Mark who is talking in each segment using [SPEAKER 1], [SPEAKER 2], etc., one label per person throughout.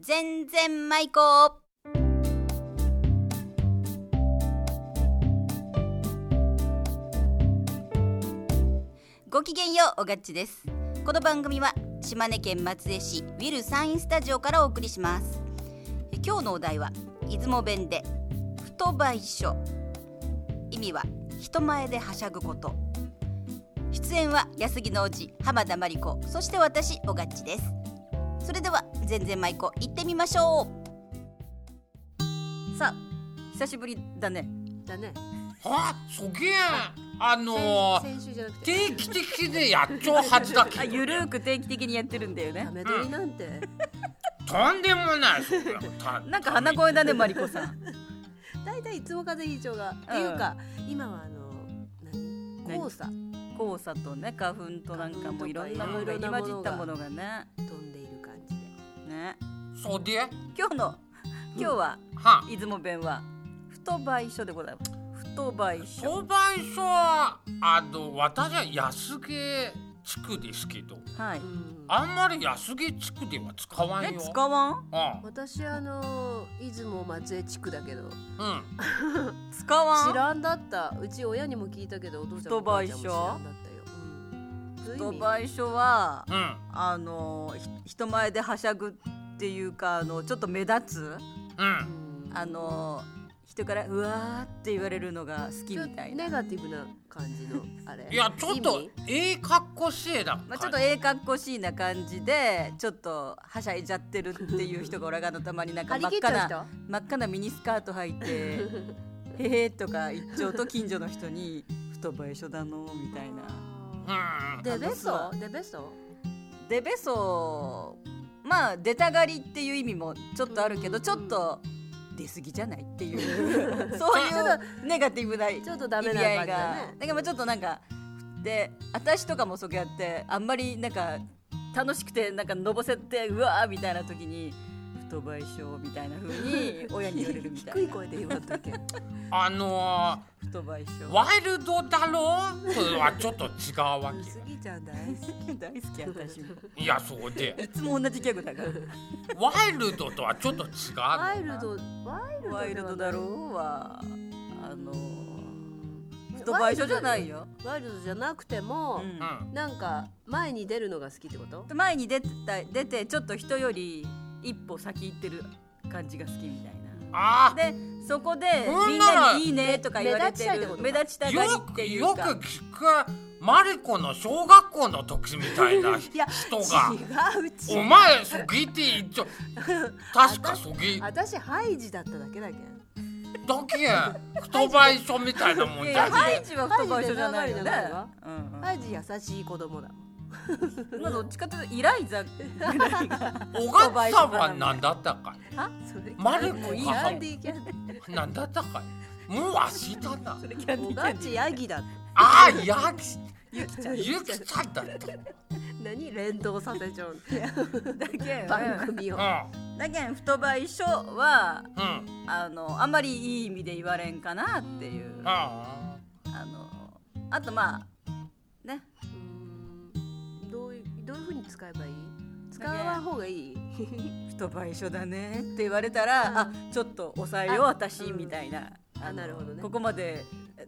[SPEAKER 1] 全然舞子ごきげんようおがっちですこの番組は島根県松江市ウィルサインスタジオからお送りしますえ今日のお題は出雲弁で太倍書意味は人前ではしゃぐこと出演は安木のおじ浜田真理子そして私おがっちですそれでは全然舞子行ってみましょうさあ久しぶりだね
[SPEAKER 2] だね
[SPEAKER 3] あ、そげん。あのー、
[SPEAKER 2] 先週じゃなくて
[SPEAKER 3] 定期的でやっちゃうはずだけ
[SPEAKER 1] あ
[SPEAKER 3] ど、
[SPEAKER 1] ゆるーく定期的にやってるんだよね
[SPEAKER 2] ダメ取りなんて、
[SPEAKER 3] とんでもない。そげんた
[SPEAKER 1] なんか鼻声だねマリコさん
[SPEAKER 2] だいたいいつも風邪以上が、っていうか今はあの何
[SPEAKER 1] 何
[SPEAKER 2] 黄砂
[SPEAKER 1] 黄砂とね花粉となんかもういろんなものが入り混じったものがね
[SPEAKER 2] 飛んでいる感じで
[SPEAKER 1] ね
[SPEAKER 3] そで、は
[SPEAKER 1] 今日の今日は
[SPEAKER 3] あ、
[SPEAKER 1] 出雲弁は太倍書でございます太倍書
[SPEAKER 3] 当番所はあの私は安毛地区ですけど、
[SPEAKER 1] はい、
[SPEAKER 2] うん
[SPEAKER 3] あんまり安毛地区では使わんよ。
[SPEAKER 1] え使わん
[SPEAKER 2] 私あの出雲松江地区だけど
[SPEAKER 3] うん、うん。
[SPEAKER 1] 使わ
[SPEAKER 2] 知
[SPEAKER 1] ん
[SPEAKER 2] らんだったうち親にも聞いたけどお父ちゃんもお母ちゃんも知らんだったよ、うん、どういう意
[SPEAKER 1] 太
[SPEAKER 2] 味
[SPEAKER 1] 倍書は
[SPEAKER 3] うん、
[SPEAKER 1] あのひ人前ではしゃぐっていうかあのちょっと目立つ
[SPEAKER 3] うん
[SPEAKER 2] う。ん
[SPEAKER 1] あの人からうわーって言われるのが好き
[SPEAKER 2] ちょ
[SPEAKER 1] み
[SPEAKER 2] ったと
[SPEAKER 1] いな
[SPEAKER 2] ネガティブな感じのあれ
[SPEAKER 3] いやちょっと
[SPEAKER 2] 意味
[SPEAKER 3] ええ格好せえだ。
[SPEAKER 1] まあ、ちょっとええかっこしいな感じでちょっとはしゃいじゃってるっていう人が俺がのたまになんか
[SPEAKER 2] 張
[SPEAKER 1] 真
[SPEAKER 2] り
[SPEAKER 1] っ
[SPEAKER 2] 切っち
[SPEAKER 1] 赤
[SPEAKER 2] ゃう
[SPEAKER 1] な
[SPEAKER 2] 人
[SPEAKER 1] 真っ赤なミニスカート履い て「へへ」とか一丁と近所の人に「太ばえしょだの」みたいな。
[SPEAKER 3] う
[SPEAKER 2] あ
[SPEAKER 3] ん
[SPEAKER 2] ー。でベソ
[SPEAKER 1] あ
[SPEAKER 2] でベソ
[SPEAKER 1] でべそまあ出たがりっていう意味もちょっとあるけど
[SPEAKER 2] うん
[SPEAKER 1] ちょっと出過ぎじゃないっていう そういうネガティブな
[SPEAKER 2] ちょっと
[SPEAKER 1] ダ
[SPEAKER 2] ダメな感じだね
[SPEAKER 1] だからまあちょっとなんかで私とかもそこやってあんまりなんか楽しくてなんかのぼせてうわーみたいな時に太賠償みたいな風に親に言われるみたいな
[SPEAKER 2] 低い声で言わんといけん
[SPEAKER 3] あの
[SPEAKER 1] 太賠
[SPEAKER 3] ー、
[SPEAKER 1] 償
[SPEAKER 3] ワイルドだろう。とはちょっと違うわ
[SPEAKER 2] すぎちゃん大好き
[SPEAKER 1] 大好きや私も
[SPEAKER 3] け。いやそうで。
[SPEAKER 1] いつも同じギャグだから
[SPEAKER 3] ワイルドとはちょっと違う
[SPEAKER 2] ワ
[SPEAKER 3] の。
[SPEAKER 2] イルド
[SPEAKER 1] ワ
[SPEAKER 2] ワ
[SPEAKER 1] イ
[SPEAKER 2] イ
[SPEAKER 1] ル
[SPEAKER 2] ル
[SPEAKER 1] ド
[SPEAKER 2] ド
[SPEAKER 1] だ
[SPEAKER 2] だ
[SPEAKER 1] ろ
[SPEAKER 2] ろ
[SPEAKER 1] うはあの
[SPEAKER 2] ド
[SPEAKER 1] 人賠償じゃないよ。
[SPEAKER 2] ワイルドじゃなくて
[SPEAKER 1] う
[SPEAKER 2] も、
[SPEAKER 1] ん
[SPEAKER 3] うん。
[SPEAKER 2] なんか前に出るのが好きってこと
[SPEAKER 1] 前に出てた出てちょっと人より一歩先行ってる感じが好きみたいな。
[SPEAKER 3] あ
[SPEAKER 1] でそこで
[SPEAKER 3] そ
[SPEAKER 1] みん
[SPEAKER 3] んなら
[SPEAKER 1] なに「いいね」とか言われて
[SPEAKER 2] 目立ちたいって
[SPEAKER 1] る
[SPEAKER 2] ことか
[SPEAKER 1] 目立ち
[SPEAKER 3] あ、
[SPEAKER 1] たがり
[SPEAKER 3] よ
[SPEAKER 1] っ
[SPEAKER 3] く
[SPEAKER 1] てい
[SPEAKER 3] よ
[SPEAKER 1] う
[SPEAKER 3] く
[SPEAKER 1] か
[SPEAKER 3] 聞くマリコの小学校の時みたいな人が。
[SPEAKER 2] 違う違う
[SPEAKER 3] お前そぎって言っちゃ確かそぎだ
[SPEAKER 2] 私ハイジだっただけだけん
[SPEAKER 3] け太倍書みたいなもん
[SPEAKER 1] いや
[SPEAKER 3] じ
[SPEAKER 1] い
[SPEAKER 3] ゃ
[SPEAKER 1] やハ
[SPEAKER 3] ね
[SPEAKER 1] イジは太場所じゃないよね
[SPEAKER 2] ハイジじゃないわ。
[SPEAKER 1] うんうん
[SPEAKER 2] ハイジ優しい子供だもん
[SPEAKER 1] まあどっちかというとイライザぐらいが
[SPEAKER 3] 小川さんは何だったか
[SPEAKER 2] はそれ
[SPEAKER 3] マルコ
[SPEAKER 2] もういい
[SPEAKER 3] か
[SPEAKER 2] キャンディーキャンデ
[SPEAKER 3] い何だったかいもう忘れたな
[SPEAKER 1] それキャンディー
[SPEAKER 2] ィー
[SPEAKER 1] キャ
[SPEAKER 2] ガ
[SPEAKER 1] ンディ
[SPEAKER 2] チ
[SPEAKER 1] ー
[SPEAKER 2] ヤギだって
[SPEAKER 3] あーやき
[SPEAKER 1] ゆきちゃん
[SPEAKER 3] ゆきちゃんだった
[SPEAKER 2] 何連動させちゃう
[SPEAKER 1] だけん
[SPEAKER 2] 番組を
[SPEAKER 3] う
[SPEAKER 1] だけん太場所は
[SPEAKER 3] んうん
[SPEAKER 1] あのあんまりいい意味で言われんかなっていう
[SPEAKER 3] うん
[SPEAKER 1] あのあとまあね
[SPEAKER 2] うんどういうどういう風に使えばいい使わん方がいい
[SPEAKER 1] 人倍書だねって言われたら、
[SPEAKER 2] うん
[SPEAKER 1] あちょっと抑えよう
[SPEAKER 2] あ
[SPEAKER 1] 私、
[SPEAKER 2] うん
[SPEAKER 1] みたいな
[SPEAKER 2] あ
[SPEAKER 1] の
[SPEAKER 2] なるほどね
[SPEAKER 1] ここまで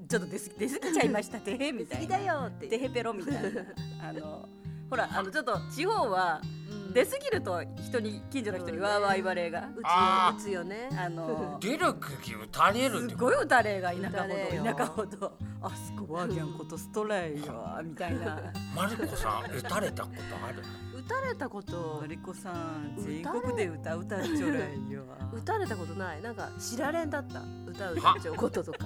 [SPEAKER 1] ちょっと出す出過ぎちゃいました てへみた
[SPEAKER 2] 好
[SPEAKER 1] い
[SPEAKER 2] き
[SPEAKER 1] な
[SPEAKER 2] だよって
[SPEAKER 1] てへペロみた いなあのほらあのちょっと地方は出過ぎると人に近所の人に
[SPEAKER 2] うん
[SPEAKER 1] わーわー言われが、
[SPEAKER 2] う
[SPEAKER 3] あー
[SPEAKER 2] つようつよね
[SPEAKER 1] あの
[SPEAKER 3] 出る釘打たれるっ
[SPEAKER 1] す
[SPEAKER 3] て
[SPEAKER 1] ごい打たれが田舎
[SPEAKER 2] 打たれ
[SPEAKER 1] ほ
[SPEAKER 2] よ
[SPEAKER 1] ど田舎ほどあすごいわけんことストレイよみたい な
[SPEAKER 3] マルコさん打たれたことある
[SPEAKER 2] 打たれたこと
[SPEAKER 1] マリコさん全
[SPEAKER 2] 全
[SPEAKER 1] 国
[SPEAKER 2] 国
[SPEAKER 1] で
[SPEAKER 2] で
[SPEAKER 1] 歌歌っちょらいよ
[SPEAKER 2] 打たれたことないなんか知られんだった歌うたっちゃうことと か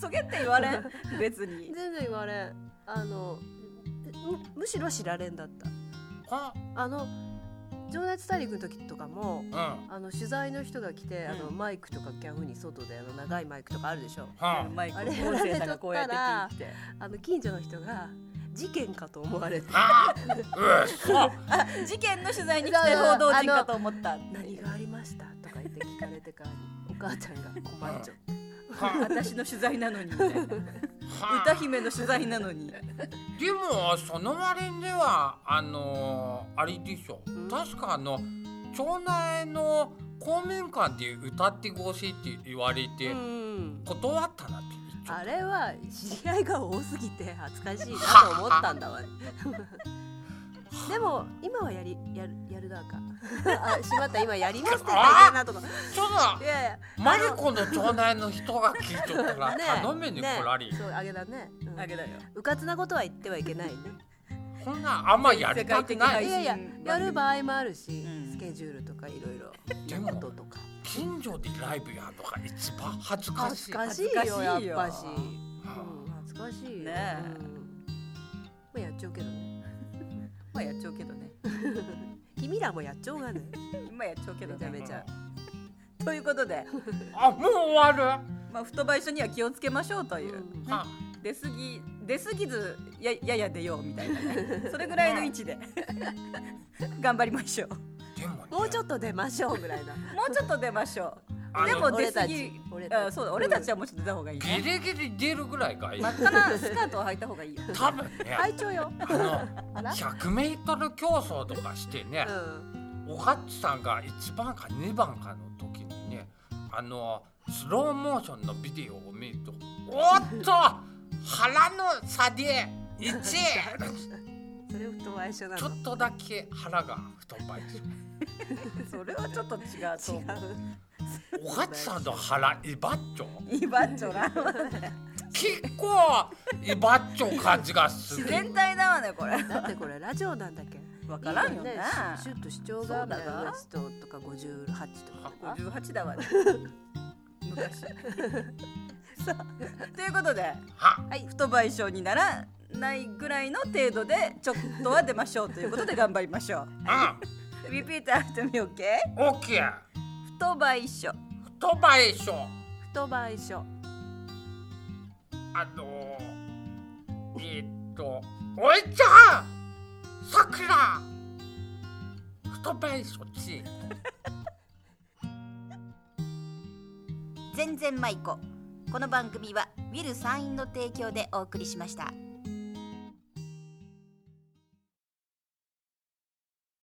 [SPEAKER 1] そげって言われん別に
[SPEAKER 2] 全然言われんあのむむしろ知られんだった
[SPEAKER 3] あ
[SPEAKER 2] あの「情熱大陸」の時とかも
[SPEAKER 3] うんは
[SPEAKER 2] あの取材の人が来て、あの
[SPEAKER 1] うん
[SPEAKER 2] マイクとかキャフに外であの長いマイクとかあるでしょ
[SPEAKER 3] あ
[SPEAKER 1] マイク
[SPEAKER 2] あ
[SPEAKER 1] 音
[SPEAKER 2] れ
[SPEAKER 1] 声さんがこうやって聞いて
[SPEAKER 2] あの近所の人が事件かと思われて
[SPEAKER 3] あーうっそ
[SPEAKER 1] 事件の取材に来て報道陣かと思った
[SPEAKER 2] 「何がありました?」とか言って聞かれてからにお母ちゃんが困っちゃう
[SPEAKER 3] は
[SPEAKER 1] 私の取材な のにみたいな
[SPEAKER 3] あ
[SPEAKER 1] 歌姫の取材なのに
[SPEAKER 3] でもその割にはあのーあれでしょ、
[SPEAKER 2] ん
[SPEAKER 3] 確かあの町内の公民館で歌ってほしいって言われて、
[SPEAKER 2] うん
[SPEAKER 3] 断ったなって言っちゃ
[SPEAKER 2] あ
[SPEAKER 3] っ
[SPEAKER 2] れは知り合いが多すぎて恥ずかしいなと思ったんだわ でも今はやりやるやるだか あしまった今やりますって書いてあるなとか
[SPEAKER 3] たちょっ
[SPEAKER 2] いやいや
[SPEAKER 3] とマリコの町内の人が聞いとったら頼めねこらり、
[SPEAKER 2] そうあげだね、うん、
[SPEAKER 1] あげだよ
[SPEAKER 2] うかつなことは言ってはいけないね
[SPEAKER 3] こんなんあんまやりたくな
[SPEAKER 1] 世界
[SPEAKER 3] い
[SPEAKER 2] い
[SPEAKER 1] 的
[SPEAKER 2] やいややる場合もあるし、
[SPEAKER 4] うん
[SPEAKER 2] スケジュールとかいろいろ
[SPEAKER 3] で
[SPEAKER 2] こ
[SPEAKER 3] も
[SPEAKER 2] ととか
[SPEAKER 3] 近所でライブやるのが一番恥ずか
[SPEAKER 2] 恥
[SPEAKER 3] し
[SPEAKER 2] ず
[SPEAKER 3] い
[SPEAKER 2] かし
[SPEAKER 1] 恥
[SPEAKER 2] い
[SPEAKER 1] ずかしい
[SPEAKER 2] よ
[SPEAKER 1] よ
[SPEAKER 2] やっぱし、う
[SPEAKER 3] は
[SPEAKER 2] ん、恥ずかしい
[SPEAKER 1] ね
[SPEAKER 2] よ
[SPEAKER 1] え
[SPEAKER 2] うんまあやっちゃうけどね
[SPEAKER 1] まあやっちゃうけどね
[SPEAKER 2] 君らもやっちゃうがね
[SPEAKER 1] 今やっちゃうけど
[SPEAKER 2] めちゃめ
[SPEAKER 1] ね
[SPEAKER 2] ちゃ
[SPEAKER 1] ということで、
[SPEAKER 3] ああもう終わる
[SPEAKER 1] まあ、太ばい所には気をつけましょうという、
[SPEAKER 2] うん
[SPEAKER 3] あ
[SPEAKER 1] 出過ぎ出過ぎずややや出ようみたいなねそれぐらいの位置で頑張りましょう
[SPEAKER 3] でも、ね、
[SPEAKER 2] もうちょ
[SPEAKER 3] っ
[SPEAKER 2] っと出ましょうぐらいな
[SPEAKER 1] もうちょっと出ましょ
[SPEAKER 3] あ
[SPEAKER 1] う
[SPEAKER 3] の
[SPEAKER 1] でも出過ぎ
[SPEAKER 2] 俺たち俺たち
[SPEAKER 1] あそうだ俺たちはもうちょっと出た方がいい
[SPEAKER 3] ギ
[SPEAKER 1] ね
[SPEAKER 3] リギリ出るぐらいがいい
[SPEAKER 1] 真っ赤なスカートを履いた方がいいよ
[SPEAKER 3] 多分ね
[SPEAKER 2] 会長よ
[SPEAKER 3] あの
[SPEAKER 2] あら、
[SPEAKER 3] 100m 競争とかしてね、
[SPEAKER 2] うん、
[SPEAKER 3] おかっちさんが1番か2番かの時にねあのスローモーションのビデオを見る と「おっと腹の差で1!」
[SPEAKER 2] それ太相性な
[SPEAKER 3] ちょ
[SPEAKER 2] の
[SPEAKER 3] っとだけ腹が太っぱ いです
[SPEAKER 1] それはちょっと違うと
[SPEAKER 2] 違
[SPEAKER 1] 思う
[SPEAKER 2] う
[SPEAKER 3] おかっちさんの腹いばっち ょ
[SPEAKER 1] いばっちょな
[SPEAKER 3] 結構いばっちょ感じがす
[SPEAKER 1] 自
[SPEAKER 3] る
[SPEAKER 1] 然体だわねこれ
[SPEAKER 2] だってこれラジオなんだっけ
[SPEAKER 1] わからんよ
[SPEAKER 2] ね
[SPEAKER 1] ね
[SPEAKER 2] シュシュッと主張
[SPEAKER 1] そ
[SPEAKER 2] が
[SPEAKER 1] うだな
[SPEAKER 2] ウエストとか58とか
[SPEAKER 1] 58だわね昔さあということで
[SPEAKER 3] は
[SPEAKER 1] 不賠償にならないぐらいの程度でちょっとは出ましょうということで頑張りましょう Repeat after me, okay?
[SPEAKER 3] うん OK
[SPEAKER 1] 不賠償
[SPEAKER 3] 太ばいしょ
[SPEAKER 2] 太倍書
[SPEAKER 3] あのー、えーっと、おいちゃんさくら太ばいそっち。
[SPEAKER 4] 全然舞子この番組はウィル・サインの提供でお送りしました。